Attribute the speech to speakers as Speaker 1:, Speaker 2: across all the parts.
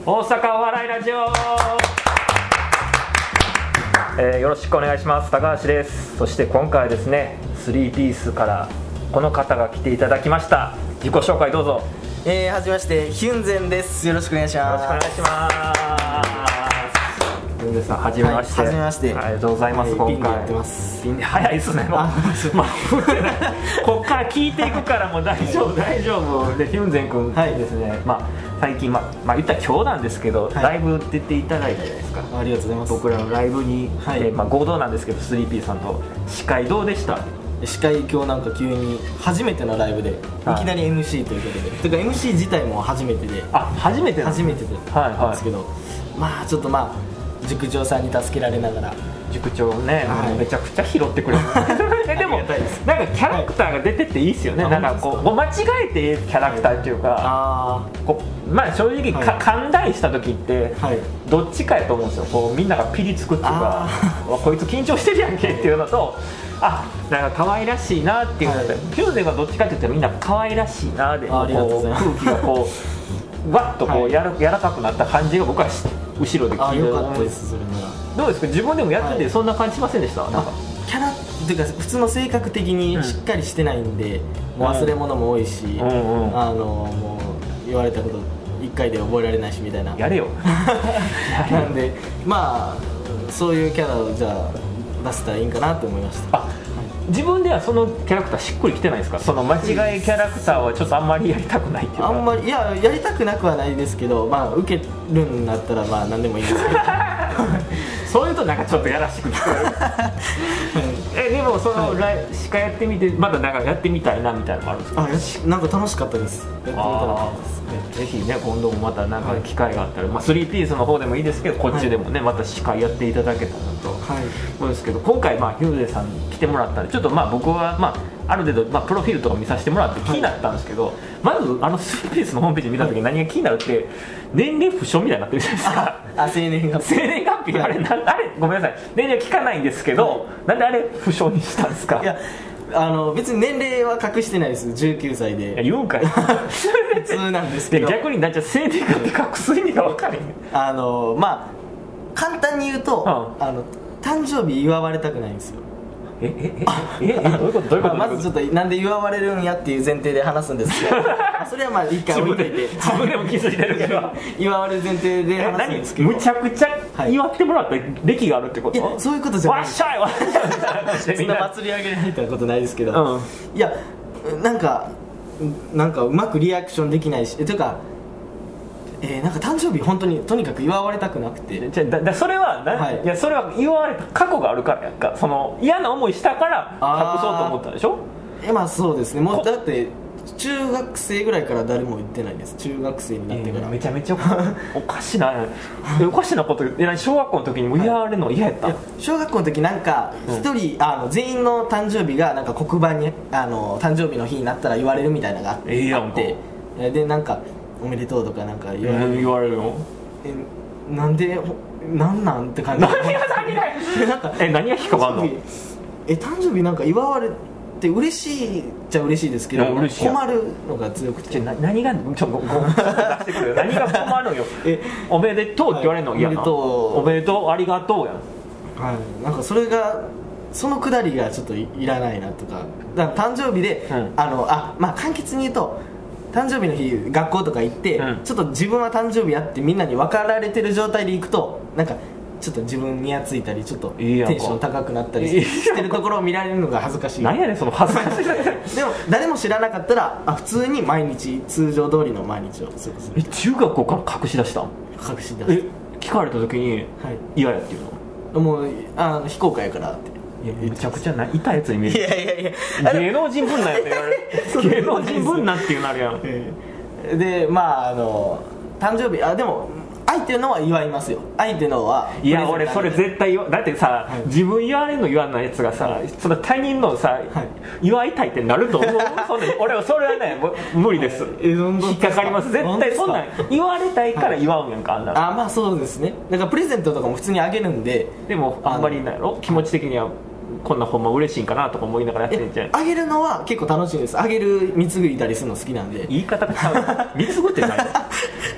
Speaker 1: 大阪お笑いラジオ、えーよろしくお願いします高橋ですそして今回はですね3ピースからこの方が来ていただきました自己紹介どうぞよ
Speaker 2: えー、はじめましてヒュンゼンですよろしくお願いし
Speaker 1: ろしくお願
Speaker 2: ま
Speaker 1: い
Speaker 2: す
Speaker 1: します文部さんはじめまして、
Speaker 2: はいはじめまして
Speaker 1: ありがとうございます、
Speaker 2: はい
Speaker 1: 今回
Speaker 2: ピンでやってます
Speaker 1: ピンで早いですねもう
Speaker 2: あそう
Speaker 1: まあこっから聞いていくからもう大丈夫大丈夫でヒュンゼン君
Speaker 2: はい
Speaker 1: ですね、まあ最近まあまあ言ったら今日なんですけど、
Speaker 2: い
Speaker 1: ライブ出ていただいたじゃないですか
Speaker 2: ありがとうございます
Speaker 1: 僕らのライブに、
Speaker 2: はい
Speaker 1: えーまあ、合同なんですけど 3P さんと司会どうでした
Speaker 2: 司会今日なんか急に初めてのライブでいき
Speaker 1: はい
Speaker 2: なり MC ということで、てか MC 自体も初めてで
Speaker 1: あ初めてなの
Speaker 2: 初めてで、
Speaker 1: はいはい
Speaker 2: なんですけどまあちょっとまあ塾長さんに助けられながら
Speaker 1: 塾長ね、
Speaker 2: はい
Speaker 1: もうめちゃくちゃ拾ってくれるえでも
Speaker 2: ありがたいです
Speaker 1: なんかキャラクターが出てっていいっすよね、
Speaker 2: はい
Speaker 1: なんかこうこう間違えてキャラクターっていうか、
Speaker 2: あ
Speaker 1: こうまあ正直か、
Speaker 2: はい
Speaker 1: 勘代した時って、
Speaker 2: はい
Speaker 1: どっちかやと思うんですよこうみんながピリつくっていうか
Speaker 2: あ
Speaker 1: わこいつ緊張してるやんけっていうのとあなんか可愛らしいなっていうので、
Speaker 2: はい
Speaker 1: ヒュンゼンがどっちかって言ったらみんな可愛らしいなで
Speaker 2: あありがとう
Speaker 1: こ
Speaker 2: ご
Speaker 1: う
Speaker 2: ざいます
Speaker 1: 空気がこうわっとこう、
Speaker 2: はい
Speaker 1: やらやらかくなった感じが僕はし後ろで
Speaker 2: あ
Speaker 1: 聞
Speaker 2: あ
Speaker 1: いて
Speaker 2: よかったですそれなら
Speaker 1: どうですか自分でもやって
Speaker 2: は
Speaker 1: て
Speaker 2: い
Speaker 1: そんな感じしませんでした、なんか
Speaker 2: あキャラっていうか普通の性格的にしっかりしてないんで、もう忘れ物も多いし、
Speaker 1: んうん
Speaker 2: あのもう言われたこと一回で覚えられないしみたいな
Speaker 1: やれよ
Speaker 2: なんでまあそういうキャラをじゃあ出せたらいいんかなと思いました
Speaker 1: あ自分ではそのキャラクターしっくりきてないですかその間違いキャラクターはちょっとあんまりやりたくないっていうか
Speaker 2: あんまりいややりたくなくはないですけどまあ受けるんだったらまあ何でもいいんですけ ど
Speaker 1: そういうとなんかちょっとやらしく 聞こえるえでもそのライ司会やってみてまだなんかやってみたいなみたいなのもあるんですか
Speaker 2: あよしなんか楽しかったですやってみたら
Speaker 1: あーぜひね今度もまたなんか機会があったら、まあ、3ピースの方でもいいですけどこっちでもね、また司会やっていただけたらと
Speaker 2: はい
Speaker 1: 思うんですけど今回まあヒューゼさん来てもらったんでちょっとまあ僕はまあある程度まあプロフィールとか見させてもらって気になったんですけど、まずあの3ピースのホームページ見た時何が気になるって年齢不詳みたいになってるじゃないですか
Speaker 2: あ青年が
Speaker 1: 生年月日あれな あれごめんなさい年齢聞かないんですけど、なんであれ不詳にしたんですか
Speaker 2: いやあの別に年齢は隠してないです19歳
Speaker 1: いや
Speaker 2: で
Speaker 1: 言うんか い
Speaker 2: 普通なんですけ
Speaker 1: で
Speaker 2: ど
Speaker 1: 逆になっちゃう生年月日隠す意味が分かれへん
Speaker 2: あのまあ簡単に言うと、
Speaker 1: う
Speaker 2: あの誕生日祝われたくないんですよ
Speaker 1: ええええええどういうことどういうこと
Speaker 2: まあまずちょっとなんで祝われるんやっていう前提で話すんですけ どまあそれはまあ一回
Speaker 1: 自
Speaker 2: 置い
Speaker 1: 分
Speaker 2: と
Speaker 1: で
Speaker 2: いて
Speaker 1: 自分でも気づいてるけど
Speaker 2: 祝われる前提で
Speaker 1: え
Speaker 2: 話すんですけ
Speaker 1: 何
Speaker 2: ど
Speaker 1: むちゃくちゃ祝ってもらった歴があるってこ
Speaker 2: い
Speaker 1: と、
Speaker 2: やそういうことじゃ
Speaker 1: わ
Speaker 2: な
Speaker 1: っ
Speaker 2: い
Speaker 1: しゃいわっしゃいみたいな話で
Speaker 2: そ
Speaker 1: み
Speaker 2: ん
Speaker 1: ん
Speaker 2: な
Speaker 1: な
Speaker 2: 祭り上げられたことないですけど、
Speaker 1: うん
Speaker 2: いやなんかなんかうまくリアクションできないしえというかえーなんか誕生日本当にとにかく祝われたくなくて
Speaker 1: じゃだだそれはな、
Speaker 2: はい
Speaker 1: い、やそれは言われた過去があるからやんかその嫌な思いしたから隠そうと思ったでしょ
Speaker 2: えまあそうですねも
Speaker 1: こ
Speaker 2: うだって中学生ぐらいから誰も言ってないです中学生になってから、
Speaker 1: めちゃめちゃおおかしなえおかしなこと言って何小学校の時にも嫌われるの嫌やった、
Speaker 2: 小学校の時なんか一人、あの全員の誕生日がなんか黒板にあの誕生日の日になったら言われるみたいなのがあって、
Speaker 1: ええやん
Speaker 2: あってえでなんか「おめでとう」とかなんか言われ
Speaker 1: うん
Speaker 2: る、
Speaker 1: 言われるの
Speaker 2: えなんでほなんなんって感じ
Speaker 1: 何が何が
Speaker 2: なんか
Speaker 1: え何が引っかかんの
Speaker 2: 誕生日え誕生日なんか祝われて嬉しいっちゃ嬉しいですけど
Speaker 1: いや嬉しいやん
Speaker 2: 困るのが強くて
Speaker 1: ちょな何がちょごごごめんちょっと出してくれよ何が困るよ
Speaker 2: え
Speaker 1: おめでとうって言われるの嫌な、
Speaker 2: はいお
Speaker 1: おめでとうありがとうやん
Speaker 2: はい、なんかそれがそのくだりがちょっといいらないなとかだから誕生日で、
Speaker 1: うん
Speaker 2: あのあまあ簡潔に言うと誕生日の日学校とか行って、
Speaker 1: うん
Speaker 2: ちょっと自分は誕生日やってみんなに分かられてる状態で行くとなんかちょっと自分にやついたりちょっとテ
Speaker 1: いいやんか
Speaker 2: ンション高くなった
Speaker 1: いいや
Speaker 2: り
Speaker 1: んか
Speaker 2: してるところを見られるのが恥ずかしい
Speaker 1: 何やねんその恥ずかしい
Speaker 2: でも誰も知らなかったらあ普通に毎日通常通りの毎日を過ごす
Speaker 1: え中学校から隠し出したん
Speaker 2: 隠し出
Speaker 1: え
Speaker 2: し
Speaker 1: 聞かれた時に
Speaker 2: はい
Speaker 1: 嫌やっていうの
Speaker 2: もうあの非公開やからって
Speaker 1: いやめちゃくちゃな痛いやつに見え
Speaker 2: い
Speaker 1: る
Speaker 2: やいやいやあれ
Speaker 1: 芸能人ぶんなやって言われ
Speaker 2: そう
Speaker 1: る芸能人ぶんなっていうなるやん
Speaker 2: でまああの誕生日あでも愛っていうのは祝いますよ愛っていうのはい
Speaker 1: や
Speaker 2: プ
Speaker 1: 俺
Speaker 2: レゼント
Speaker 1: それ絶対言わだってさ、
Speaker 2: はい
Speaker 1: 自分言われんの言わないやつがさ、その他人のさ、
Speaker 2: はい
Speaker 1: 祝いたいってなると思 うそんな俺はそれはねもう無理です
Speaker 2: え本当
Speaker 1: 引っかかります絶
Speaker 2: 本当
Speaker 1: 対
Speaker 2: です
Speaker 1: そ
Speaker 2: か
Speaker 1: んなん言われたいから祝うんやんかあんなの
Speaker 2: あまあそうですねだからプレゼントとかも普通にあげるんで
Speaker 1: でもあんまりないやろ気持ち的にはこんなほんま嬉しいんかなとか思いながらやってんじゃん
Speaker 2: あげるのは結構楽しいですあげる貢いだりするの好きなんで、
Speaker 1: 言い方が変わ る貢ぐってない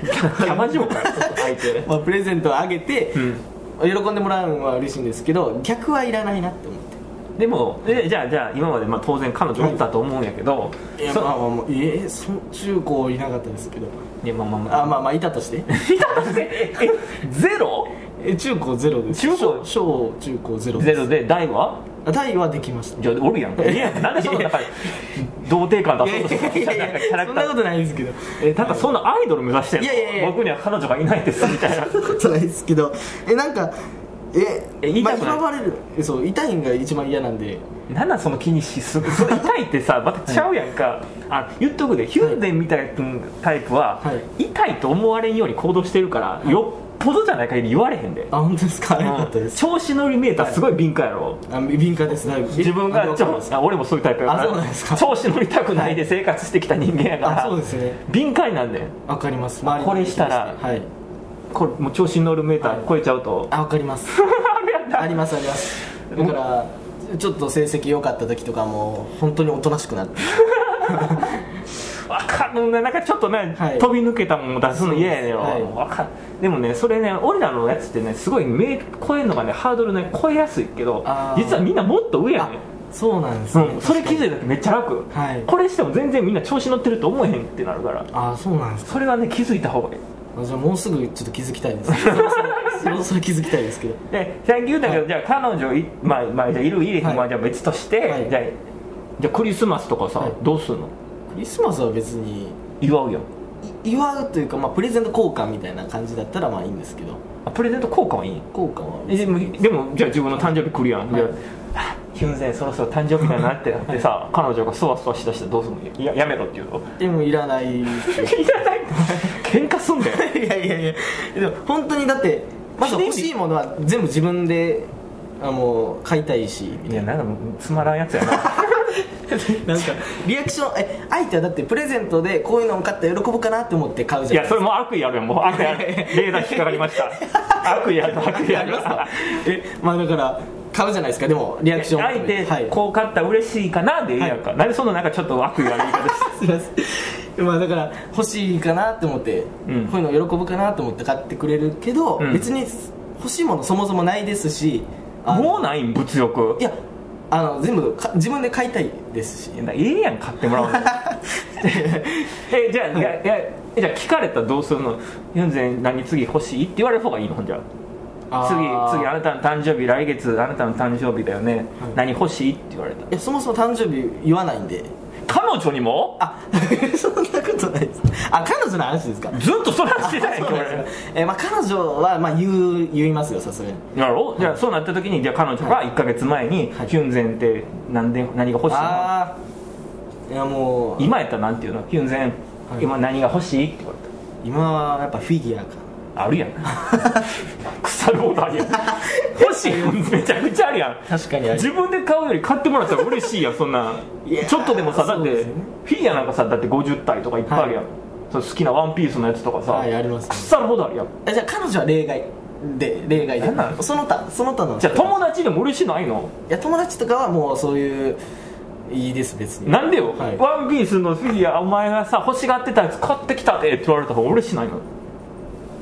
Speaker 1: キャバ嬢かよ相手
Speaker 2: まあ、プレゼントをあげて、
Speaker 1: うん
Speaker 2: 喜んでもらうのは嬉しいんですけど逆はいらないなって思って
Speaker 1: でもえじゃあじゃあ今までまあ当然彼女おったと思うんやけど、
Speaker 2: いや
Speaker 1: そ
Speaker 2: まあまあもうええそ中高いなかったですけど
Speaker 1: いやまあまあまあ
Speaker 2: あまあまあいたとして
Speaker 1: えゼロ
Speaker 2: え中高ゼロです
Speaker 1: 中高
Speaker 2: 小小中高ゼロ
Speaker 1: ゼ
Speaker 2: です
Speaker 1: ロで大は
Speaker 2: あタイはできました
Speaker 1: じゃあおるやんかいやなんでその中で童貞感
Speaker 2: いや
Speaker 1: 出そ
Speaker 2: い
Speaker 1: うとする
Speaker 2: やいやい
Speaker 1: なん
Speaker 2: や
Speaker 1: かキャラク
Speaker 2: そん
Speaker 1: タ
Speaker 2: なこ
Speaker 1: ー
Speaker 2: とないですけど
Speaker 1: えなんかそんなアイドル目指してんの
Speaker 2: いやいやいや
Speaker 1: 僕には彼女がいないですみた いな
Speaker 2: そんなことないですけどえなんかえ
Speaker 1: え言いたくない
Speaker 2: まあ、拾われるえそう痛いんが一番嫌なんで
Speaker 1: なんなんその気にしすぎそれ痛いってさまたちゃうやんか、あ言っとくでヒュンデンみたいなタイプは、
Speaker 2: は
Speaker 1: 痛いと思われんように行動してるから、よっぽどじゃない限り言われへんで、
Speaker 2: あ本当ですかあよかったです、
Speaker 1: 調子乗り見えたらすごい敏感やろ、
Speaker 2: あ敏感ですだいぶ
Speaker 1: 自分
Speaker 2: あ
Speaker 1: が
Speaker 2: わ
Speaker 1: ち
Speaker 2: かりま
Speaker 1: ょ
Speaker 2: す
Speaker 1: あ俺もそういうタイプやから
Speaker 2: あそうなんですか
Speaker 1: 調子乗りたくないで生活してきた人間やから、
Speaker 2: あそうですね
Speaker 1: 敏感なんで
Speaker 2: わかります
Speaker 1: あこれしたら
Speaker 2: はい
Speaker 1: これもう調子乗るメーター超えちゃうと、
Speaker 2: あわかります ありますあり ますだからちょっと成績良かった時とかも本当におとなしくなって
Speaker 1: わかるねなんかちょっとね、
Speaker 2: はい
Speaker 1: 飛び抜けたもん出すの嫌やねんよ、
Speaker 2: そうです
Speaker 1: わかるでもねそれね俺らのやつってねすごい目超えるのがねハードルね超えやすいけど
Speaker 2: あー
Speaker 1: 実はみんなもっと上や
Speaker 2: あ
Speaker 1: ねん
Speaker 2: そうなんですね、
Speaker 1: うん、それ気づい
Speaker 2: る
Speaker 1: た時めっちゃ楽、
Speaker 2: はい
Speaker 1: これしても全然みんな調子乗ってると思えへんってなるから
Speaker 2: ああそうなんですか
Speaker 1: それはね気づいた方がいい
Speaker 2: あじゃあもうすぐちょっと気づきたいですそろそ ろそろそろ気づきたいですけど
Speaker 1: でさっき言ったけど、じゃあ彼女い,、まあまあ、じゃあいるいる、
Speaker 2: はい
Speaker 1: まあ、じゃあ別として、
Speaker 2: はい
Speaker 1: じゃあじゃあクリスマスとかさ、
Speaker 2: はい
Speaker 1: どうすんの
Speaker 2: クリスマスは別に
Speaker 1: 祝うやん
Speaker 2: い祝うというか、まあ、プレゼント交換みたいな感じだったらまあいいんですけど
Speaker 1: あプレゼント交換はいいん
Speaker 2: 交換は
Speaker 1: えでもでもじゃあ自分の誕生日来るやん、
Speaker 2: はい
Speaker 1: であヒュンゼンそろそろ誕生日だなってなってさ彼女がそわそわしだしたらどうすんのややめろって言うの
Speaker 2: でもいらないい
Speaker 1: いらない 喧嘩すんだよ
Speaker 2: や いやいやでも本当にだってまず欲しいものは全部自分であの買いたいしみ
Speaker 1: い
Speaker 2: た
Speaker 1: や
Speaker 2: いな
Speaker 1: なんかもうつまらんやつや な
Speaker 2: なんかリアクションえ相手はだってプレゼントでこういうのを買ったら喜ぶかなって思って買う
Speaker 1: い
Speaker 2: じゃ
Speaker 1: や
Speaker 2: ん
Speaker 1: それもう悪意あるや んもう悪意あるレーダー引っかかりました 悪意ある悪意あ
Speaker 2: あり
Speaker 1: る
Speaker 2: ますか えまあだから買うじゃないですかでもリアクション
Speaker 1: 相手、
Speaker 2: はい
Speaker 1: こう勝ったら嬉しいかなでいいやんか、なんでそんななんかちょっと悪意ある言い方して
Speaker 2: すいませんまあだから欲しいかなって思って、
Speaker 1: うん
Speaker 2: こういうの喜ぶかなと思って買ってくれるけど、
Speaker 1: うん
Speaker 2: 別に欲しいものそもそもないですしあの
Speaker 1: もうないん物欲
Speaker 2: いやあの全部か自分で買いたいですし
Speaker 1: いやええやん買ってもら うのえじゃあ、いやいやえじゃあ聞かれたらどうするの「ユンゼン何次欲しい?」って言われる方がいいのほんじゃ次次あ
Speaker 2: い
Speaker 1: なたの誕生日来月あなたの誕生日だよね、何欲しいって言われた
Speaker 2: やそもそも誕生日言わないんで
Speaker 1: 彼女にも
Speaker 2: あ そんなことないですあ彼女の話ですか
Speaker 1: ずっとそれはしてない
Speaker 2: そ
Speaker 1: よ
Speaker 2: うなん
Speaker 1: 俺
Speaker 2: ですねえまあ、彼女は、まあ、言う言いますよさすがに
Speaker 1: やろじゃあそうなった時にじゃあ彼女が1か月前に
Speaker 2: は
Speaker 1: 「
Speaker 2: い
Speaker 1: ヒュンゼンって何で何が欲しいの?
Speaker 2: ああいやも」う
Speaker 1: 今やったらなんて言うの「ヒュンゼン
Speaker 2: はい
Speaker 1: 今何が欲しい?」って言われた
Speaker 2: 今はやっぱフィギュアか
Speaker 1: あるやん 腐るほどあ るやん欲しいもんめちゃくちゃあるやん
Speaker 2: 確かにある
Speaker 1: 自分で買うより買ってもらったら嬉しいやんそんなん
Speaker 2: いやー
Speaker 1: ちょっとでもさだっ
Speaker 2: そうで
Speaker 1: て
Speaker 2: すね
Speaker 1: フィギュアなんかさだって50体とかいっぱいあるやん、
Speaker 2: は
Speaker 1: その好きなワンピースのやつとかさ、
Speaker 2: はいありますね
Speaker 1: 腐るほどあるやん
Speaker 2: えじゃあ彼女は例外で例外
Speaker 1: なんなの
Speaker 2: でその他その他の
Speaker 1: じゃあ友達でも嬉しいのないの
Speaker 2: いや友達とかはもうそういういいです別に
Speaker 1: なんでよ、
Speaker 2: はい
Speaker 1: ワンピースのフィギュアお前がさ欲しがってたやつ買ってきたでって言われた方が嬉しいないの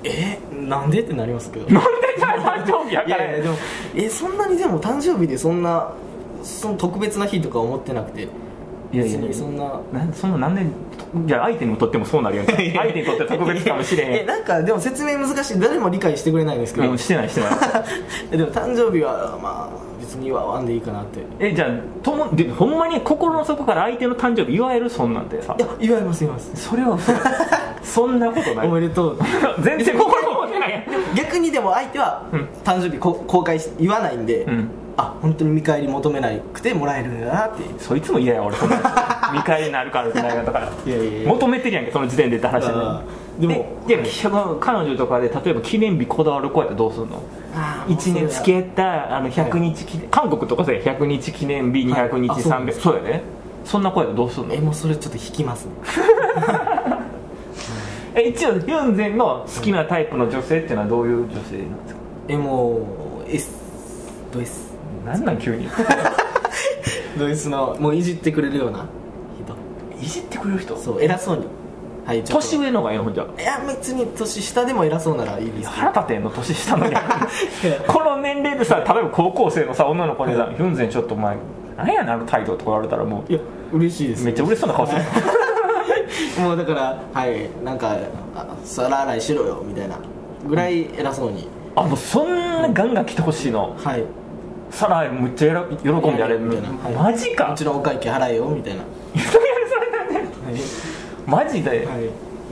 Speaker 2: えなんでってなりま すけどい
Speaker 1: なんでじゃあ誕生日やから
Speaker 2: やいやでもえそんなにでも誕生日でそんなその特別な日とか思ってなくて
Speaker 1: いやいやいや
Speaker 2: 別にそんな
Speaker 1: なんそんな何年じゃあ相手にとってもそうなる やんか相手にとっては特別かもしれへん
Speaker 2: えなんかでも説明難しい誰も理解してくれないんですけど、
Speaker 1: うん、してないしてない
Speaker 2: え でも誕生日はまあ別に祝わんでいいかなってい
Speaker 1: えじゃあともでほんまに心の底から相手の誕生日祝えるそんなんてさ
Speaker 2: や祝います祝います
Speaker 1: それは嘘 そんなことな
Speaker 2: おめ
Speaker 1: い
Speaker 2: でとう
Speaker 1: 全然心の底ない
Speaker 2: 逆にでも相手は
Speaker 1: うん
Speaker 2: 誕生日こ公開し言わないんで、
Speaker 1: うん
Speaker 2: あ本当に見返り求めなくてもらえるんだなって
Speaker 1: そいつも嫌や俺そんなやつ見返りになるからってないかとから
Speaker 2: いやいやいや
Speaker 1: 求めてるやんけその時点でって話
Speaker 2: あー
Speaker 1: で
Speaker 2: で
Speaker 1: ね
Speaker 2: も
Speaker 1: でいやき彼女とかで例えば記念日こだわる子やったらどうすんの
Speaker 2: あーもうそ
Speaker 1: 1
Speaker 2: れは
Speaker 1: 年付き合ったあの100日記念、韓国とかで100日記念日
Speaker 2: はい
Speaker 1: 200日
Speaker 2: あそうなん
Speaker 1: 300、
Speaker 2: です
Speaker 1: そうやねそんな子やったらどうすんの
Speaker 2: えもうそれちょっと引きますね
Speaker 1: え一応ヒュンゼンの好きなタイプの女性っていうのはどういう女性なんですか
Speaker 2: えもう S と S
Speaker 1: なんなん 急に
Speaker 2: ド S のもういじってくれるようない
Speaker 1: じってくれる人
Speaker 2: 人そう偉そうにはいちょっと
Speaker 1: 年上の方がええのほんじゃ
Speaker 2: いや別に年下でも偉そうならいいです
Speaker 1: 腹立てんの年下 のにこの年齢でさ例えば高校生のさ女の子にさ「ヒュンゼンちょっとお前何やねんあの態度」とか言われたらも
Speaker 2: いや嬉しいで
Speaker 1: う
Speaker 2: す
Speaker 1: めっちゃ嬉しそうな 顔する
Speaker 2: もうだからはいなんかあ皿洗いしろよみたいなぐらい偉そうに、
Speaker 1: あもうそんなガンガン来てほしいの
Speaker 2: はい
Speaker 1: サラエむっちゃ喜喜んでやれる
Speaker 2: みたいなはい
Speaker 1: マジか
Speaker 2: うちのお会計払えよみたいな
Speaker 1: それやるそれなんだよマジで、
Speaker 2: はい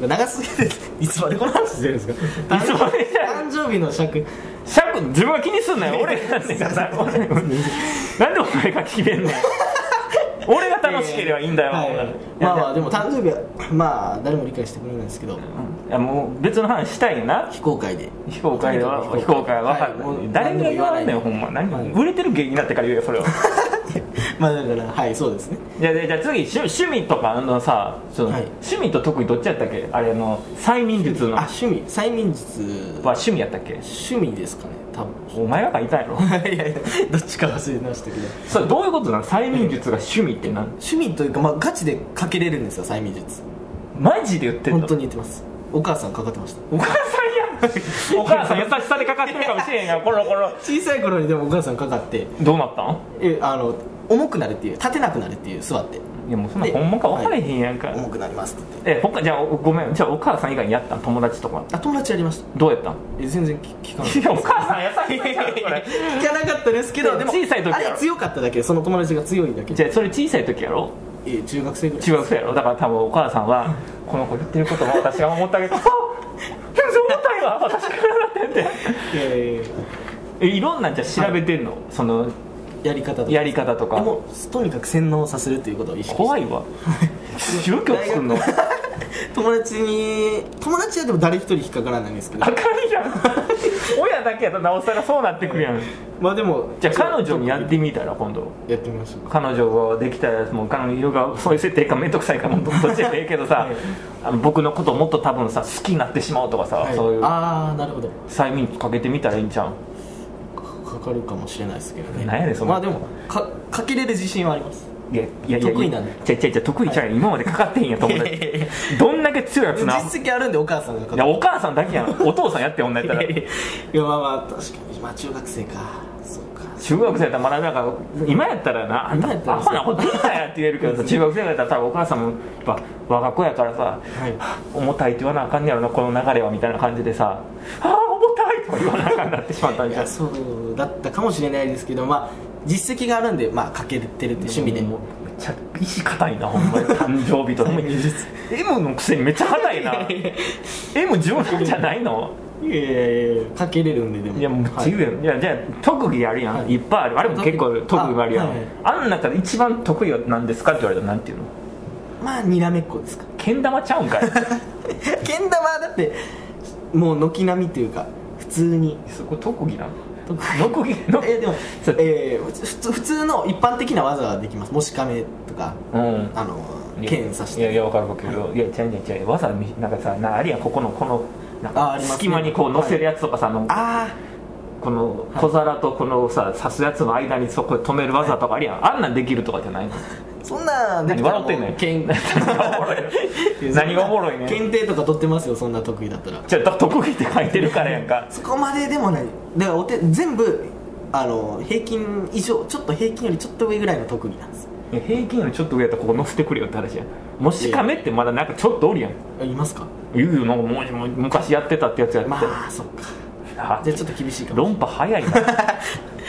Speaker 2: 長すぎて いつまでこの話してるんですか
Speaker 1: いつまでじゃ
Speaker 2: 誕生日の尺
Speaker 1: 尺自分が気にすんなよ俺なんでさ俺なんでお前が決めんのよ俺が楽しければいいんだよ、
Speaker 2: は
Speaker 1: ほんならい
Speaker 2: い、
Speaker 1: や
Speaker 2: まあまあでも誕生日はまあ誰も理解してくれないんですけど
Speaker 1: いやもう別の話したいよな
Speaker 2: 非公開で
Speaker 1: 非公開では非公開は、
Speaker 2: はいもう
Speaker 1: 誰にも言わないのよほ
Speaker 2: 何
Speaker 1: んま何、
Speaker 2: はい
Speaker 1: 売れてる芸人になってから言えよそれは
Speaker 2: まあだからはいそうですね
Speaker 1: じゃあじゃあじゃあ次趣趣味とかのさその、
Speaker 2: はい
Speaker 1: 趣味と特技どっちやったっけあれの催眠術の
Speaker 2: あ
Speaker 1: は
Speaker 2: 趣味催眠術は
Speaker 1: 趣味やったっけ
Speaker 2: 趣味ですかね多分
Speaker 1: お前が書いたんやろ
Speaker 2: いやいやどっちか忘れましたけど
Speaker 1: それどういうことなの催眠術が趣味ってなん
Speaker 2: 趣味というか、まあ、ガチでかけれるんですよ催眠術
Speaker 1: マジで言ってんの
Speaker 2: 本当に言ってますお母さんかかってました
Speaker 1: お母さんやお母さん優しさでかかってるかもしれんがこのこの
Speaker 2: 小さい頃にでもお母さんかかって
Speaker 1: どうなったん
Speaker 2: えあの重くなるっていう立てなくなるっていう座って
Speaker 1: いやもうそんなほんまか分からへんやんか、
Speaker 2: 重くなりますって言って
Speaker 1: え他じゃあおごめんじゃあお母さん以外にやったん友達とか
Speaker 2: あ友達やりました
Speaker 1: どうやったん
Speaker 2: え全然聞聞 かない
Speaker 1: いやお母さん優しいやんそれ
Speaker 2: 聞かなかったですけどでも
Speaker 1: 小さい時や
Speaker 2: あ
Speaker 1: ろ
Speaker 2: れ強かっただけその友達が強いだけ
Speaker 1: じゃあそれ小さい時やろ
Speaker 2: え中学生ぐらい
Speaker 1: 中学生やろだから多分お母さんはこの子言ってることを私が守ってあ げて「あっそう思った今私からなってんで
Speaker 2: いやいやいや」
Speaker 1: えいろんなんじゃあ調べてんの、その
Speaker 2: やり方とか
Speaker 1: やり方と
Speaker 2: で
Speaker 1: か
Speaker 2: もとにかく洗脳させるということを意識して
Speaker 1: 怖いわ宗教すん の
Speaker 2: 友達に友達はでも誰一人引っかからないんですけど
Speaker 1: あかんやん 親だけやとなおさらそうなってくるやん
Speaker 2: まあでも
Speaker 1: じゃあ彼女にやってみたら今度
Speaker 2: やってみましょうか
Speaker 1: 彼女ができたやつも彼女がそういう設定か面倒くさいかもどどっちでもいいけどさ、
Speaker 2: はい
Speaker 1: あの僕のこともっと多分さ好きになってしまうとかさ、
Speaker 2: はい
Speaker 1: そういう
Speaker 2: ああなるほど
Speaker 1: 催眠かけてみたらいいんちゃう
Speaker 2: かかるかもしれないですけどね
Speaker 1: なんやねんそんな
Speaker 2: まあでもかかけれる自信はあります
Speaker 1: いやいやいや
Speaker 2: 得意なんで
Speaker 1: じゃじゃじゃ得意じゃん、今までかかってへんや友達
Speaker 2: いやいやいや
Speaker 1: どんだけ強いやつな
Speaker 2: 実績あるんでお母さんがか
Speaker 1: い
Speaker 2: か
Speaker 1: や
Speaker 2: る
Speaker 1: お母さんだけやんお父さんやって女やったら
Speaker 2: いやまあまあ確かに今中学生かそうか
Speaker 1: 中学生やったら学べなかった今やったらなあんた
Speaker 2: 今やったら
Speaker 1: アホなこと言うなやって言えるけどさ中学生やったら多分お母さんもやっぱ我が子やからさ、
Speaker 2: い
Speaker 1: はぁ重たいって言わなあかんねやろなこの流れはみたいな感じでさああ重たいとか言わなあかんなってしまったん
Speaker 2: い
Speaker 1: じゃ
Speaker 2: や
Speaker 1: ん
Speaker 2: そうだったかもしれないですけどまあ実績があるんでまあかけてるって趣味で
Speaker 1: もうめっちゃ意志硬いなほんまに誕生日とかも M のくせにめっちゃ硬いな M 自分なんじゃないの
Speaker 2: いやいやいやかけれるんででも
Speaker 1: いやもう
Speaker 2: は
Speaker 1: 自由やん、い、やじゃあ特技あるやん、
Speaker 2: はい
Speaker 1: い、っぱいあるあれも結構特技があるやんあ,、
Speaker 2: あはい
Speaker 1: ん中で一番得意は何ですかって言われたらなんていうの
Speaker 2: まあにらめっこですか
Speaker 1: けん玉ちゃうんかい
Speaker 2: けん玉はだってもう軒並みというか普通 に
Speaker 1: そこ特技なの
Speaker 2: 特
Speaker 1: 特技の
Speaker 2: えでも
Speaker 1: そう、
Speaker 2: えー、普通普通の一般的な技はできますもしかめとか
Speaker 1: うん
Speaker 2: あの剣刺し
Speaker 1: いやい
Speaker 2: て
Speaker 1: や分かるわかるけど、い、やちゃうちゃうちゃうわざわざみなんかさなあれやんここのこのなん
Speaker 2: ああ
Speaker 1: か
Speaker 2: りますね
Speaker 1: 隙間にこう乗せるやつとかさ、あの
Speaker 2: あ
Speaker 1: この小皿とこのさ刺すやつの間にそこで止める技とかあるやんあんなんできるとかじゃないの
Speaker 2: あそん なんで
Speaker 1: 何
Speaker 2: きたら
Speaker 1: 笑
Speaker 2: も
Speaker 1: っ
Speaker 2: う
Speaker 1: てんねん
Speaker 2: 剣
Speaker 1: 何がおもろいねん
Speaker 2: 検定とか取ってますよそんな得意だったら
Speaker 1: じゃあ特技って書いてるからやんか
Speaker 2: そこまででもないだからお手全部あの平均以上ちょっと平均よりちょっと上ぐらいの特技なんです
Speaker 1: いや平均よりちょっと上やったらここ乗せてくれよって話やんもしかめってまだなんかちょっとおるやん
Speaker 2: あいますか
Speaker 1: 言うよなんかもうもう昔やってたってやつやって、
Speaker 2: まあそっか
Speaker 1: あ
Speaker 2: じゃあちょっと厳しいかも
Speaker 1: 論破早いな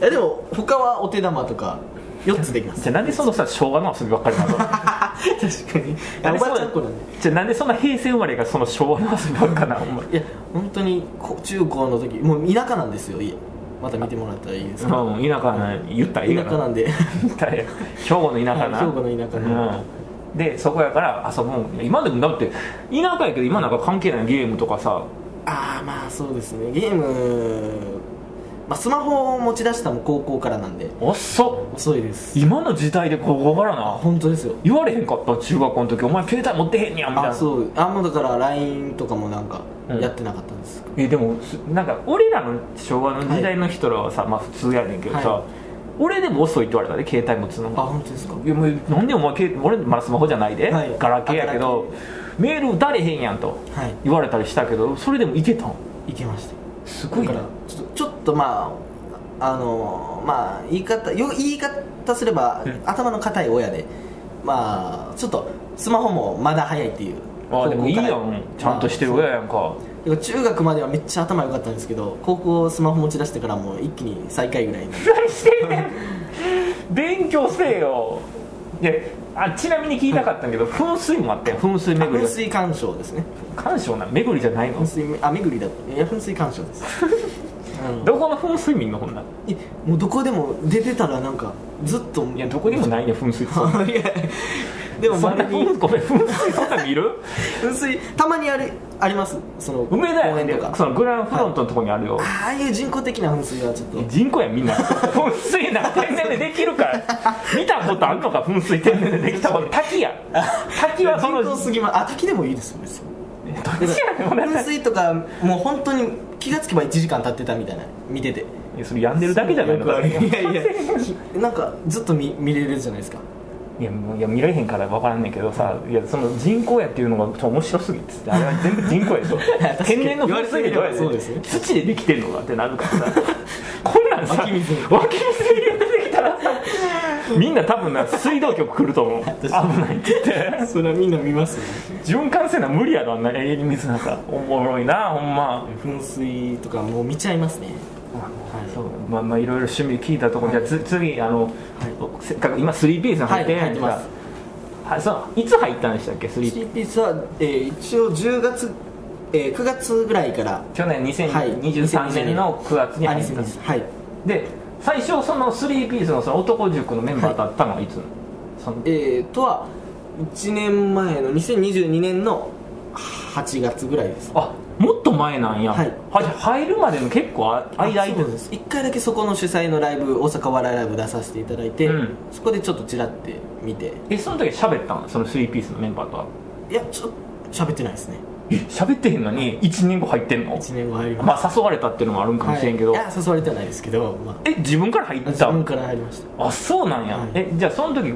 Speaker 2: えでも他はお手玉とか4つできま す
Speaker 1: じゃあなんでそのさ昭和の遊びばっかりなの
Speaker 2: 確かに
Speaker 1: なんで
Speaker 2: お
Speaker 1: そ
Speaker 2: ば
Speaker 1: んな
Speaker 2: あちゃんっ子なんで
Speaker 1: じゃあなんでそんな平成生まれがその昭和の遊びばっかなお前
Speaker 2: いや本当にこ中高の時もう田舎なんですよ家また見てもらったらいいですか
Speaker 1: うん田舎な言ったらいいか
Speaker 2: 田
Speaker 1: な
Speaker 2: 舎なんで
Speaker 1: 言ったらええ兵庫の 田舎な
Speaker 2: はい兵庫の田舎な
Speaker 1: うん、でそこやから遊ぶん今でもだって田舎やけど今なんか関係ないゲームとかさ
Speaker 2: ああまあそうですねゲームまあ、スマホを持ち出したのも高校からなんで
Speaker 1: 遅っ
Speaker 2: 遅いです
Speaker 1: 今の時代でここから
Speaker 2: あ
Speaker 1: な
Speaker 2: 本当ですよ
Speaker 1: 言われへんかった中学校の時お前携帯持ってへんねやみたい
Speaker 2: あ
Speaker 1: な
Speaker 2: そうあもうだから LINE とかもなんか
Speaker 1: うん
Speaker 2: やってなかったんです、
Speaker 1: えでもすなんか俺らの昭和の時代の人らはさ、まあ普通やねんけどさ、
Speaker 2: はい
Speaker 1: 俺でも遅いって言われたで携帯持つの
Speaker 2: あ
Speaker 1: が
Speaker 2: 本当ですか
Speaker 1: いやもうなんでお前携俺まだスマホじゃないで、
Speaker 2: はい
Speaker 1: ガラケーやけどメール打たれへんやんと
Speaker 2: はい
Speaker 1: 言われたりしたけどそれでもいけたん
Speaker 2: 行けました
Speaker 1: すごい
Speaker 2: だ
Speaker 1: な
Speaker 2: からちょっとちょっとまああのまあ言い方よ言い方すれば、
Speaker 1: うん
Speaker 2: 頭の固い親でまあちょっとスマホもまだ早いっていう
Speaker 1: あでもいいや
Speaker 2: 高校から
Speaker 1: んちゃんとしてる親やんか、
Speaker 2: だから中学まではめっちゃ頭良かったんですけど高校スマホ持ち出してからもう一気に最下位ぐらいに
Speaker 1: 何してんねん勉強せえよであちなみに聞いたかったんやけど噴水もあって噴水巡
Speaker 2: 噴
Speaker 1: り
Speaker 2: 水鑑賞ですね
Speaker 1: 鑑賞なん巡りじゃないの
Speaker 2: 噴水あ巡りだったいや噴水鑑賞です あの
Speaker 1: どこの噴水見んのほんなん
Speaker 2: いもうどこでも出てたらなんかずっと
Speaker 1: いやどこにもないね噴水ってそんない
Speaker 2: やでも
Speaker 1: そんな
Speaker 2: 周りに
Speaker 1: 噴ごめん噴水そんなん見 る
Speaker 2: 噴水たまにあるありますその
Speaker 1: 梅田
Speaker 2: 公
Speaker 1: や
Speaker 2: 園
Speaker 1: ね
Speaker 2: とか
Speaker 1: そのグランフロントのとこにあるよ、
Speaker 2: ああいう人工的な噴水はちょっと
Speaker 1: 人工やんみんな 噴水なんか天然でできるから見たことあんのか噴水天然でできたこと滝や滝はその
Speaker 2: 人工すぎますあ滝でもいいですよ別に
Speaker 1: どっちやねんほんな
Speaker 2: 噴水とかもう本当に気がつけば1時間経ってたみたいな見てて
Speaker 1: いやそれやんでるだけじゃないの
Speaker 2: よくある
Speaker 1: だって
Speaker 2: いやいやなんかずっと見見れるじゃな いですか
Speaker 1: いやもういや見られへんから分からんねんけどさ、いやその人工やっていうのがちょっと面白すぎてさあれは全部人工やでしょ
Speaker 2: 確かに
Speaker 1: 天然の噴水でどうやで
Speaker 2: 言われてみればそうで
Speaker 1: 土でできてんのかってなるから さこんなんさ
Speaker 2: 湧き水
Speaker 1: 湧き水で出てきたらさみんな多分な水道局来ると 思う危
Speaker 2: かに
Speaker 1: ないって言って
Speaker 2: それはみんな見ますよ
Speaker 1: 循環せな無理やろあんな永遠に水なんかおもろいなほんま
Speaker 2: 噴水とかもう見ちゃいますねはい
Speaker 1: そうまあまあいろいろ趣味聞いたところ、じゃあつ次あの、せっかく今3ピース入ってるやんか
Speaker 2: はい入って
Speaker 1: はいそういつ入ったんでしたっけ3
Speaker 2: 3ピースは、えー一応10月、えー9月ぐらいから
Speaker 1: 去年
Speaker 2: はい
Speaker 1: 2023年の9月に
Speaker 2: ア
Speaker 1: 入
Speaker 2: ニ
Speaker 1: っ
Speaker 2: ス
Speaker 1: たん
Speaker 2: ミ
Speaker 1: です
Speaker 2: スはい
Speaker 1: で最初その3ピースのその男塾のメンバーだったのはいつその
Speaker 2: えー、とは1年前の2022年の8月ぐらいです
Speaker 1: あもっと前なんや、
Speaker 2: はい
Speaker 1: はじゃあ入るまでの結構あ間空いてるんです
Speaker 2: す1回だけそこの主催のライブ大阪お笑いライブ出させていただいて、
Speaker 1: うん
Speaker 2: そこでちょっとちらって見て
Speaker 1: えその時喋ったんその3ピースのメンバーとはい
Speaker 2: やちょっと喋ってないですね
Speaker 1: え喋ってへんのに1年後入ってんの
Speaker 2: 1年後入りま
Speaker 1: まあ誘われたっていうのもあるん
Speaker 2: す
Speaker 1: かもしれんけど、
Speaker 2: はい、いや誘われてはないですけど、ま
Speaker 1: え自分から入っ
Speaker 2: あ、自
Speaker 1: た
Speaker 2: 分から入りました
Speaker 1: あそうなんや、
Speaker 2: はい
Speaker 1: えじゃあその時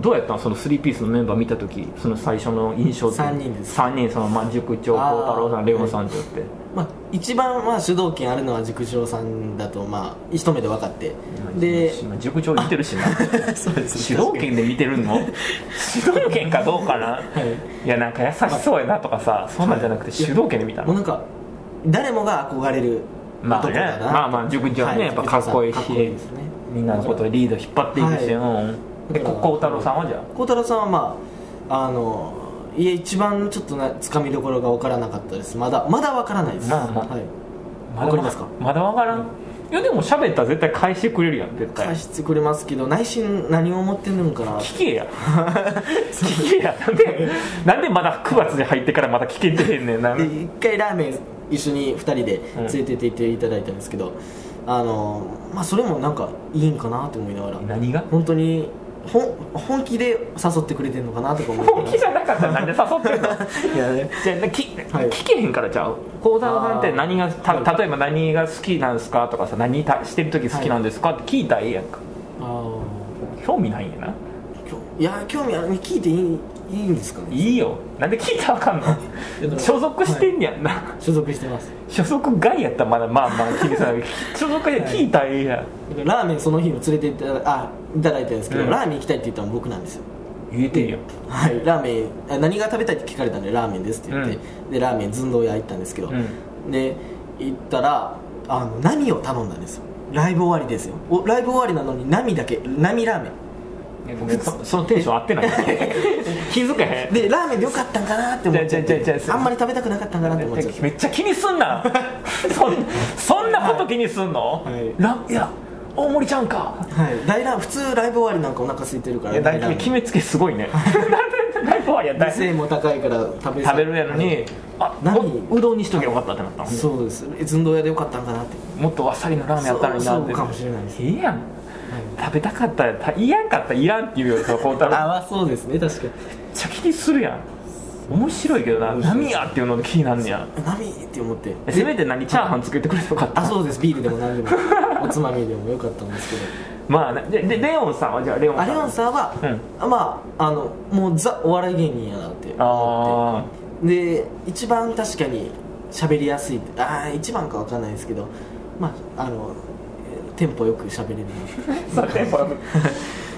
Speaker 1: どうやったんその3ピースのメンバー見た時その最初の印象って
Speaker 2: 三人です
Speaker 1: 3人その、まあ、塾長
Speaker 2: あー
Speaker 1: 孝太郎さんレオさんって言って、
Speaker 2: まあ、一番は主導権あるのは塾長さんだと、まあ、一目で分かってで
Speaker 1: 今塾長見てるしな
Speaker 2: そうで
Speaker 1: 主導権で見てるの主導権かどうかな、い、やなんか優しそうやなとかさそんなんじゃなくて主導権で見た
Speaker 2: もう
Speaker 1: の
Speaker 2: なんか誰もが憧れる
Speaker 1: まあ
Speaker 2: 男
Speaker 1: ね
Speaker 2: だな
Speaker 1: まあまあ塾長はね、
Speaker 2: はい
Speaker 1: やっぱかっこいいし
Speaker 2: 塾長さんかっこいいですね
Speaker 1: みんなのことをリード引っ張っていくし、うんで
Speaker 2: だから
Speaker 1: 孝太郎さんはじゃあ
Speaker 2: 孝太郎さんはまああのいや一番ちょっとなつかみどころが分からなかったですまだまだ分からないです、
Speaker 1: まあまあ
Speaker 2: はい、
Speaker 1: まだ
Speaker 2: わかりますか
Speaker 1: まだわからん、いやでも喋ったら絶対返してくれるやん絶対
Speaker 2: 返してくれますけど内心何を思ってんのかな
Speaker 1: 聞けや 聞けやなんでなんでまだ9月に入ってからまだ聞けてへんねんな
Speaker 2: で一回ラーメン一緒に2人で連れてって行っていただいたんですけど、あのまあそれもなんかいいんかなと思いながら
Speaker 1: 何が
Speaker 2: 本当にほん本気で誘ってくれてんのかなとか思って
Speaker 1: 本気じゃなかったらなんで誘ってんの
Speaker 2: いやね
Speaker 1: じゃあき、
Speaker 2: はい
Speaker 1: 聞けへんからちゃう幸太郎さんって何がた
Speaker 2: は
Speaker 1: 例えば何が好きなんですかとかさ何たしてる時好きなんですかって聞いたらええやんか
Speaker 2: あ
Speaker 1: 興味ないんやな
Speaker 2: あいや興味ある聞いていいいいんですかね
Speaker 1: いいよなんで聞いたらあかん
Speaker 2: やで
Speaker 1: の
Speaker 2: も
Speaker 1: 所属してんねやんな、
Speaker 2: 所属してます
Speaker 1: 所属外やったらまだまあまあ気にさない所属外聞いたらええやん
Speaker 2: ラーメンその日も連れていただあいただいたんですけど、
Speaker 1: うん
Speaker 2: ラーメン行きたいって言ったの僕なんですよ
Speaker 1: 言えてんやん
Speaker 2: はいラーメンあ何が食べたいって聞かれたんでラーメンですって言って、でラーメン寸胴屋行ったんですけど、
Speaker 1: う
Speaker 2: で行ったらあの何を頼んだんですよライブ終わりですよおライブ終わりなのに波だけ波ラーメン
Speaker 1: ごめんそそのテンション合ってない気づかへん
Speaker 2: でラーメンでよかったんかなって思っちゃっ
Speaker 1: じゃあじゃあじゃあ
Speaker 2: て
Speaker 1: じゃあ
Speaker 2: あんまり食べたくなかったんかなって思っちゃって
Speaker 1: めっちゃ気にすんなそんそんなこと気にすんの、
Speaker 2: はい
Speaker 1: ラいや大森ちゃんか
Speaker 2: はい、大ラー普通ライブ終わりなんかお腹空いてるから
Speaker 1: いや
Speaker 2: 大
Speaker 1: 大
Speaker 2: ラーメン
Speaker 1: 決めつけすごいねなんでライフ終わりやったんや
Speaker 2: 背も高いから食べさ
Speaker 1: 食べるやのにあ
Speaker 2: 何
Speaker 1: おうどんにしとけばよかったってなったの
Speaker 2: そうです寸胴屋でよかったんかなって
Speaker 1: もっとあっさりのラーメンやったのになって
Speaker 2: そうそうかもしれないです
Speaker 1: いいやん食べたかったらたいらんかったらいらんって言うよりさ孝太郎め
Speaker 2: あ
Speaker 1: っ
Speaker 2: まあそうですね確かに
Speaker 1: ちゃ気にするやん面白いけどな
Speaker 2: 面白い
Speaker 1: 何やっていうの気になんねや
Speaker 2: 何って思って
Speaker 1: えせめて何チャーハン作ってくれてよかった
Speaker 2: あそうですビールでも何でも おつまみでもよかったんですけど
Speaker 1: まあねででレオンさんはじゃあレオンさ
Speaker 2: ア
Speaker 1: ん
Speaker 2: レオンさんは、まああのもうザお笑い芸人やなって思
Speaker 1: あ
Speaker 2: ってで一番確かに喋りやすいああ一番かわかんないですけどまああのえーテンポよく喋れるな
Speaker 1: あそうね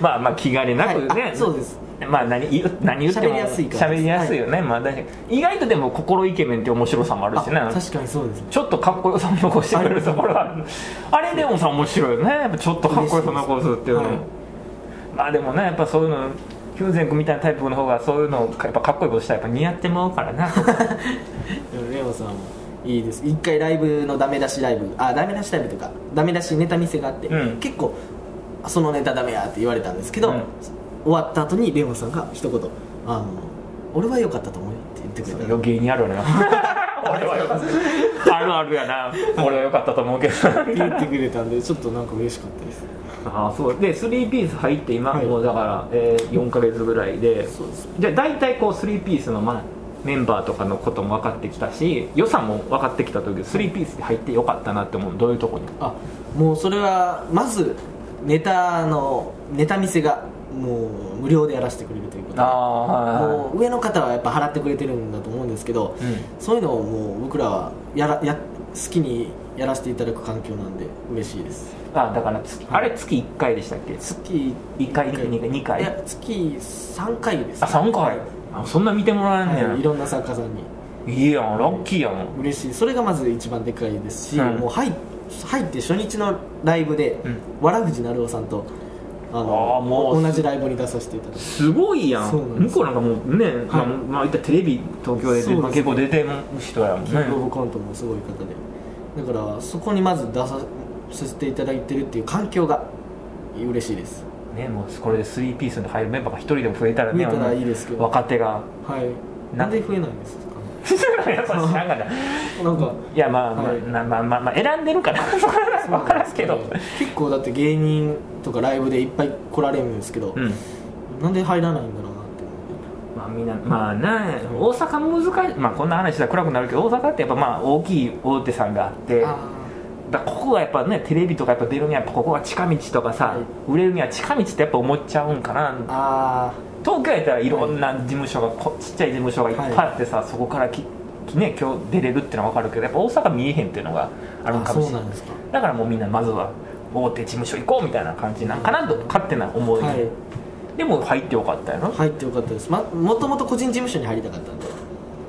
Speaker 1: まあまあ気兼ねなくね、
Speaker 2: はいあそうです
Speaker 1: まあ何言う何言っても
Speaker 2: 喋りやすいから
Speaker 1: 喋りやすいよね、まあ確かに意外とでも心イケメンって面白さもあるしね
Speaker 2: あ確かにそうですね
Speaker 1: ちょっとかっこよさを残してくれるところはあるあれレオンさん面白いよねやっぱちょっとかっこよさ残すっていうのも
Speaker 2: はい
Speaker 1: まあでもねやっぱそういうのヒューゼン君みたいなタイプの方がそういうのをやっぱかっこいいことしたらやっぱ似合ってまうからな
Speaker 2: でもレオさんもいいです一回ライブのダメ出しライブあダメ出しライブとかダメ出しネタ見せがあって、
Speaker 1: うん
Speaker 2: 結構あそのネタダメやって言われたんですけど、
Speaker 1: うん
Speaker 2: 終わった後にレオさんが一言「あの俺は良かったと思うよ」って言ってくれた
Speaker 1: 余計にあるよな 俺はよかったあるあるやな俺はよかったと思うけど
Speaker 2: 言ってくれたんでちょっとなんか嬉しかったです
Speaker 1: ああそうで3ピース入って今
Speaker 2: はい
Speaker 1: もうだから、えー4か月ぐらいで
Speaker 2: そうです
Speaker 1: じゃあ大体こう3ピースの、まあ、メンバーとかのことも分かってきたし良さも分かってきた時3ピースで入ってよかったなって思うのどういうとこに
Speaker 2: あもうそれはまずネタのネタ見せがもう無料でやらせてくれるということで
Speaker 1: あ
Speaker 2: もう上の方はやっぱ払ってくれてるんだと思うんですけど、
Speaker 1: うん
Speaker 2: そういうのをもう僕らはやらや好きにやらせていただく環境なんで嬉しいです
Speaker 1: あだから月、あれ月1回でしたっけ
Speaker 2: 月
Speaker 1: 1回2回二
Speaker 2: い
Speaker 1: 回
Speaker 2: や月3回です
Speaker 1: あ三3回あそんな見てもらえんねや、
Speaker 2: はい、いろんな作家さんに
Speaker 1: い、いやんラッキーやん
Speaker 2: 嬉しいそれがまず一番でかいですし、
Speaker 1: うん
Speaker 2: もう入っ入って初日のライブで、
Speaker 1: うん
Speaker 2: わらふじなるおさんとあ
Speaker 1: あーもう
Speaker 2: 同じライブに出させていただいて
Speaker 1: すごいやん
Speaker 2: そうなんで
Speaker 1: 向
Speaker 2: す
Speaker 1: こうなんかもうね、まあ
Speaker 2: はい
Speaker 1: まあいったらテレビ東京で
Speaker 2: そうですね
Speaker 1: まあ、結構出てる人やもんね
Speaker 2: キングオブコントもすごい方でだからそこにまず出ささせていただいてるっていう環境が嬉しいです
Speaker 1: ねもうこれで3ピースで入るメンバーが1人でも増えたらね
Speaker 2: 増えたらいいですけど
Speaker 1: 若手が
Speaker 2: はい
Speaker 1: な
Speaker 2: なんで増えないんですかね
Speaker 1: やっぱ知らんがな
Speaker 2: なん か
Speaker 1: いやまあ、
Speaker 2: はい
Speaker 1: まあまあまあ、まあ、選んでる から分からんすけど、
Speaker 2: 結構だって芸人とかライブでいっぱい来られるんですけど、
Speaker 1: うん
Speaker 2: なんで入らないんだろう
Speaker 1: ま
Speaker 2: なって思
Speaker 1: あみんなまあな大阪難しいまあこんな話したら暗くなるけど大阪ってやっぱまあ大きい大手さんがあって
Speaker 2: ってあ
Speaker 1: だからここがやっぱねテレビとかやっぱ出るにはやっぱここが近道とかさ、
Speaker 2: はい
Speaker 1: 売れるには近道ってやっぱ思っちゃうんか
Speaker 2: ー
Speaker 1: な
Speaker 2: あ
Speaker 1: 東京やったらいろんな事務所がこちっちゃい事務所がいっぱいあってさ、そこからききね今日出れるってのは分かるけどやっぱ大阪見えへんっていうのがある
Speaker 2: ー
Speaker 1: ん
Speaker 2: あ
Speaker 1: かも
Speaker 2: そ
Speaker 1: し
Speaker 2: う
Speaker 1: れな
Speaker 2: ないんですか
Speaker 1: だからもうみんなまずは大手事務所行こうみたいな感じなんかなと勝手な思い、
Speaker 2: はい
Speaker 1: でも入ってよかったやろ
Speaker 2: 入ってよかったです、ま、もともと個人事務所に入りたかったんで、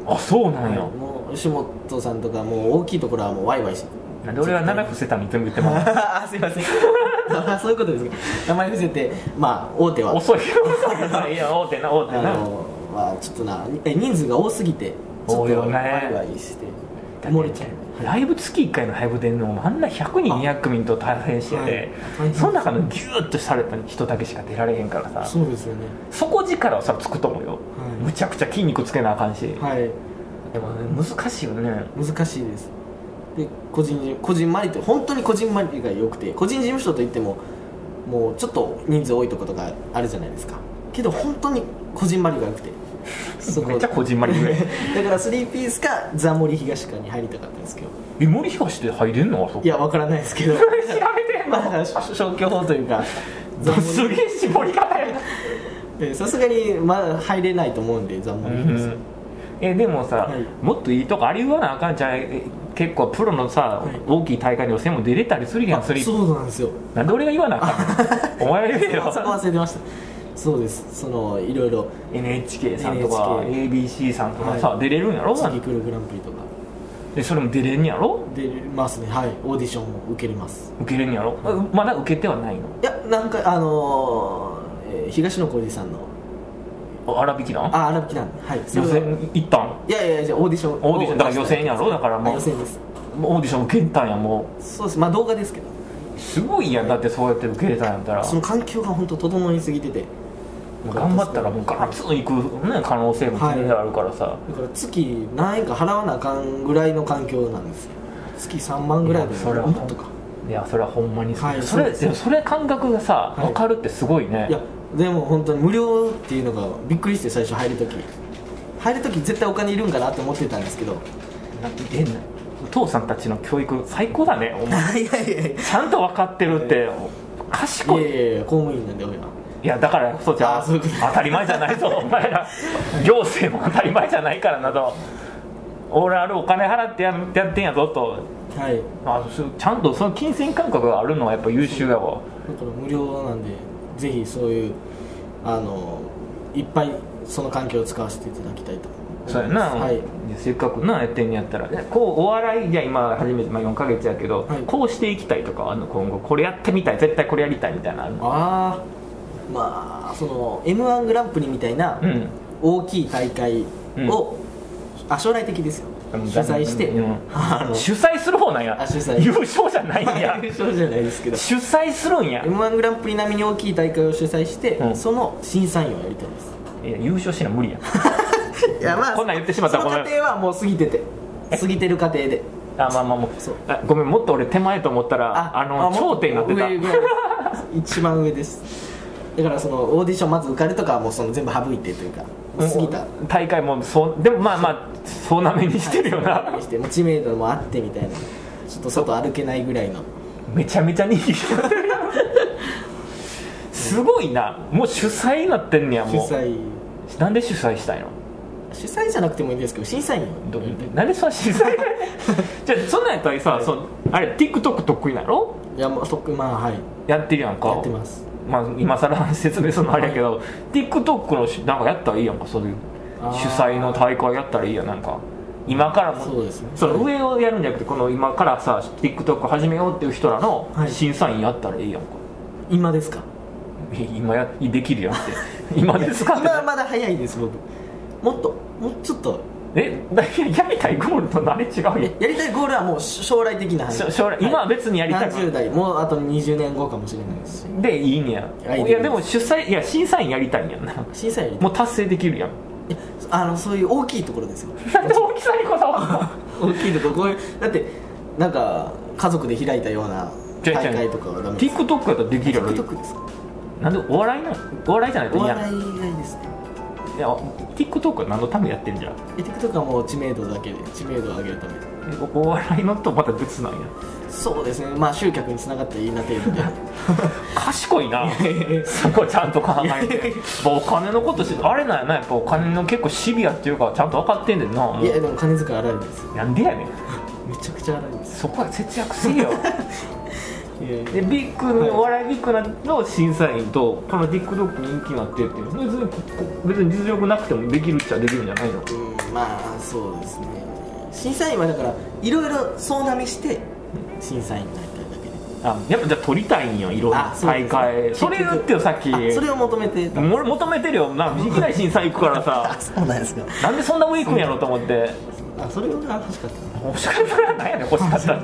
Speaker 1: あそうなんや、
Speaker 2: もう吉本さんとかもう大きいところはもうワイワイして
Speaker 1: なんで俺は長く伏せたの全部言ってもらう
Speaker 2: あーすいませんあそういうことですか名前伏せてまあ大手は
Speaker 1: 遅いよいや大手な大手
Speaker 2: あ
Speaker 1: な
Speaker 2: のまあちょっとなえ人数が多すぎてちょ
Speaker 1: 多
Speaker 2: っ
Speaker 1: いよ
Speaker 2: と
Speaker 1: ね
Speaker 2: ワイワイして
Speaker 1: だって
Speaker 2: 埋もれちゃう
Speaker 1: ライブ月1回のライブ出んのもあんな100人200組と大変してて、
Speaker 2: はい
Speaker 1: その中のギューッとされた人だけしか出られへんからさ
Speaker 2: そうですよね
Speaker 1: 底力をさつくと思うよ、
Speaker 2: い
Speaker 1: むちゃくちゃ筋肉つけなあかんし、
Speaker 2: はい
Speaker 1: でもね難しいよね
Speaker 2: 難しいですで個人事個人まりって本当に個人まりが良くて個人事務所といってももうちょっと人数多いとことかあるじゃないですかけど本当に個人まりが良くてそこ
Speaker 1: めっちゃこじんまりぐらい
Speaker 2: だから3ピースかザ・森東かに入りたかったんですけど
Speaker 1: え森東って入れんのあそこ
Speaker 2: いやわからないですけど
Speaker 1: 調べてん
Speaker 2: まあだ
Speaker 1: の
Speaker 2: から消去法というかザモリ
Speaker 1: すげえ絞り方やな
Speaker 2: えーさすがにまだ入れないと思うんでザ・モリ東さん
Speaker 1: えでもさ、
Speaker 2: はい
Speaker 1: もっといいとこあり言わなあかんじゃんえ結構プロのさ、
Speaker 2: はい
Speaker 1: 大きい大会に予選も出れたりするやん
Speaker 2: あ
Speaker 1: それ
Speaker 2: そうなんですよ
Speaker 1: なんで俺が言わなあか んのお前が言え
Speaker 2: そこ
Speaker 1: よ
Speaker 2: 忘れてましたそうですそのいろいろ
Speaker 1: NHK さんとか
Speaker 2: NHK
Speaker 1: ABC さんとかさ、
Speaker 2: はい
Speaker 1: 出れるんやろ
Speaker 2: 次来るグランプリとか
Speaker 1: でそれも出れんやろ
Speaker 2: 出ますねはいオーディションも受けれます
Speaker 1: 受けれんやろあまだ受けてはないの
Speaker 2: いやなんかあのーえー東野浩二さんの
Speaker 1: あ荒引きなん
Speaker 2: あ荒木なんではいそれ
Speaker 1: 予
Speaker 2: は
Speaker 1: 選行ったん
Speaker 2: いやいやいやオーディション
Speaker 1: オーディションだから予選やろだからもう
Speaker 2: あ予選です
Speaker 1: オーディション受けたんやも
Speaker 2: そうですまあ動画ですけど
Speaker 1: うすごいやんだってそうやって受けれたんやったら
Speaker 2: その環境が本当整いすぎてて
Speaker 1: 頑張ったらもうガツンいく、ね、可能性も全然あるからさ、
Speaker 2: だから月何円か払わなあかんぐらいの環境なんですよ月3万ぐらいで
Speaker 1: いやそれは
Speaker 2: もっとか
Speaker 1: い、やそれはほんまにそう、
Speaker 2: はい
Speaker 1: それ
Speaker 2: そうです
Speaker 1: でもそれ感覚がさ
Speaker 2: はい
Speaker 1: 分かるってすごいね、
Speaker 2: いやでも本当に無料っていうのがびっくりして最初入る時入る時絶対お金いるんかなって思ってたんですけど
Speaker 1: なえなお父さんたちの教育最高だねお
Speaker 2: い
Speaker 1: 前
Speaker 2: やいやいやい
Speaker 1: ちゃんと分かってるって賢い
Speaker 2: やいや公務員なんで俺はい
Speaker 1: やだからこそじゃ
Speaker 2: あ
Speaker 1: あ
Speaker 2: そういう
Speaker 1: 当
Speaker 2: こと
Speaker 1: たり前じゃないぞお前ら行政も当たり前じゃないからなと俺あれお金払ってややってんやぞと
Speaker 2: はい
Speaker 1: あそうちゃんとその金銭感覚があるのはやっぱ優秀やわ
Speaker 2: だから無料なんでぜひそういうあのいっぱいその環境を使わせていただきたいと
Speaker 1: そうやな、
Speaker 2: はい
Speaker 1: せっかくなやってんやったらでこうお笑いじゃあ今初めて、まあ、4ヶ月やけど、
Speaker 2: はい
Speaker 1: こうしていきたいとかはあんの今後これやってみたい絶対これやりたいみたいなのあるの
Speaker 2: ああまあその m 1グランプリみたいな
Speaker 1: うん
Speaker 2: 大きい大会を、あ将来的ですよ
Speaker 1: う
Speaker 2: 主
Speaker 1: ん
Speaker 2: 催して、
Speaker 1: うん
Speaker 2: あの
Speaker 1: 主催する方なんや
Speaker 2: あ主催
Speaker 1: 優勝じゃないんや
Speaker 2: 優勝じゃないですけど
Speaker 1: 主催するんや
Speaker 2: m 1グランプリ並みに大きい大会を主催して、
Speaker 1: うん
Speaker 2: その審査員をやりたいです
Speaker 1: いや優勝しな無理や
Speaker 2: いや
Speaker 1: こんなん言ってしまったら
Speaker 2: そ
Speaker 1: ごめ
Speaker 2: の
Speaker 1: ん
Speaker 2: 過程はもう過ぎてて 過ぎてる過程で
Speaker 1: あまあまあもう
Speaker 2: そう
Speaker 1: あごめんもっと俺手前と思ったらあの
Speaker 2: もっと
Speaker 1: 頂点になってた
Speaker 2: 上ぐらいです一番上ですだからそのオーディションまず受かるとかはもうその全部省いてというかもう過ぎた
Speaker 1: うん大会もそうでもまあまあそうなめにしてるよな、
Speaker 2: はいしてもう知名度もあってみたいなちょっと外歩けないぐらいの
Speaker 1: めちゃめちゃ人気になってるやんすごいなもう主催になってんねや
Speaker 2: 主
Speaker 1: も
Speaker 2: 催
Speaker 1: うなんで主催したいの
Speaker 2: 主催じゃなくてもいいんですけど審査員を
Speaker 1: どなんでそんな主催 じゃあそんなんやったらさ、そのあれ TikTok 得意なの
Speaker 2: いやもうそまあはい
Speaker 1: やってるやんか
Speaker 2: やってます
Speaker 1: まあ、今更説明するのあれやけど、TikTok のしなんかやったらいいやんかそういう
Speaker 2: あー
Speaker 1: 主催の大会やったらいいやんなんか今からも
Speaker 2: そうですね
Speaker 1: その上をやるんじゃなくてこの今からさ TikTok 始めようっていう人らの
Speaker 2: はい
Speaker 1: 審査員やったらいいやんか、
Speaker 2: 今ですか
Speaker 1: いや今やできるやんって今ですか
Speaker 2: 今はまだ早いです僕もっともうちょっと
Speaker 1: えだいややりたいゴールと何違うやん
Speaker 2: えやりたいゴールはもう将来的な話
Speaker 1: しょ将来今は別にやりたい
Speaker 2: 何十代もうあと20年後かもしれないですし
Speaker 1: でいいねや
Speaker 2: あいいね
Speaker 1: いやでも主催いや審査員やりたいんやんな
Speaker 2: 審査員
Speaker 1: もう達成できるやん
Speaker 2: いやあのそういう大きいところですよ
Speaker 1: なんで大きさにこだわんの
Speaker 2: 大きいところこういうだってなんか家族で開いたような
Speaker 1: 違う
Speaker 2: 大
Speaker 1: 違う
Speaker 2: 会とかはダメです
Speaker 1: TikTok やったらできるやろ
Speaker 2: TikTok ですか
Speaker 1: なんでお笑いなのお笑いじゃないと
Speaker 2: お
Speaker 1: いや
Speaker 2: 笑い以外ですね
Speaker 1: いや TikTok は何のためやってんじゃん
Speaker 2: え TikTok はもう知名度だけで知名度を上げるために
Speaker 1: えおお笑いのとまた別なんや
Speaker 2: そうですねまあ集客につながったらいいな程 度で
Speaker 1: 賢い なそこちゃんと考え
Speaker 2: いや
Speaker 1: てやっぱお金のことしあれなんやなやっぱお金の結構シビアっていうかちゃんと分かってんねんない
Speaker 2: やでも金遣い荒いですよ
Speaker 1: なんでやねん
Speaker 2: めちゃくちゃ荒いです
Speaker 1: そこは節約せえ よ
Speaker 2: いやいや
Speaker 1: でビッグのお笑いビッグなの審査員とこの TikTok 人気になってって別にここ別に実力なくてもできるっちゃできるんじゃないの
Speaker 2: うんまあそうですね審査員はだからいろいろ総なめして審査員になりたいだけで
Speaker 1: あやっぱじゃあ取りたいんよいろんな
Speaker 2: そう
Speaker 1: 大
Speaker 2: ですね
Speaker 1: 会それ言ってよさっき
Speaker 2: あそれを求めてた
Speaker 1: 俺求めてるよなんかいきなり審査員行くからさ
Speaker 2: あそうなんですか
Speaker 1: なんでそんな上行くんやろと思って
Speaker 2: あそれが欲しかった
Speaker 1: 欲しかったらなんやねん欲しかったって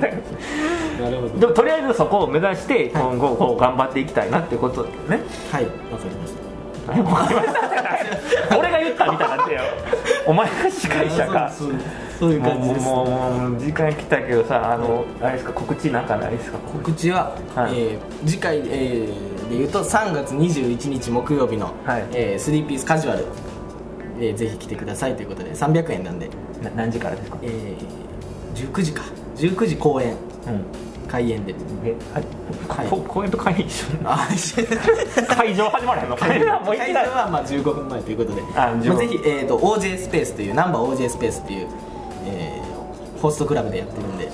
Speaker 2: なるほ
Speaker 1: でもとりあえずそこを目指して今後こう頑張っていきたいなってことだよね
Speaker 2: はいわかりました
Speaker 1: 何も分かりましたってない俺が言ったみたいになってよお前が司会者か
Speaker 2: そうそうそういう
Speaker 1: もう
Speaker 2: 感じです
Speaker 1: もうもうもう時間来たけどさあのあれですか告知なんかないですか
Speaker 2: 告知は、
Speaker 1: はい
Speaker 2: えー次回、えーでいうと3月21日木曜日の、
Speaker 1: はい
Speaker 2: えー、3ピースカジュアル、えーぜひ来てくださいということで300円なんで、
Speaker 1: な何時からですか
Speaker 2: えー19時か19時公
Speaker 1: う
Speaker 2: 演
Speaker 1: ん
Speaker 2: 開演で
Speaker 1: えはい
Speaker 2: はい
Speaker 1: こ公演と会議一緒
Speaker 2: あ一緒
Speaker 1: 会場始まらへんの会場もういき
Speaker 2: 会場
Speaker 1: なり
Speaker 2: はまあ15分前ということで、
Speaker 1: あ15
Speaker 2: まあ、ぜひ、えー、と OJ スペースというナンバー OJ スペースという、えーホストクラブでやってるんで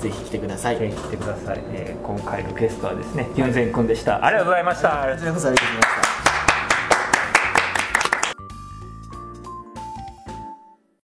Speaker 2: ぜひ来てください、
Speaker 1: ぜひ来てください、えー今回のゲストはですね、ユンゼン君でしたありがとうございました
Speaker 2: こちらこそありがとうございました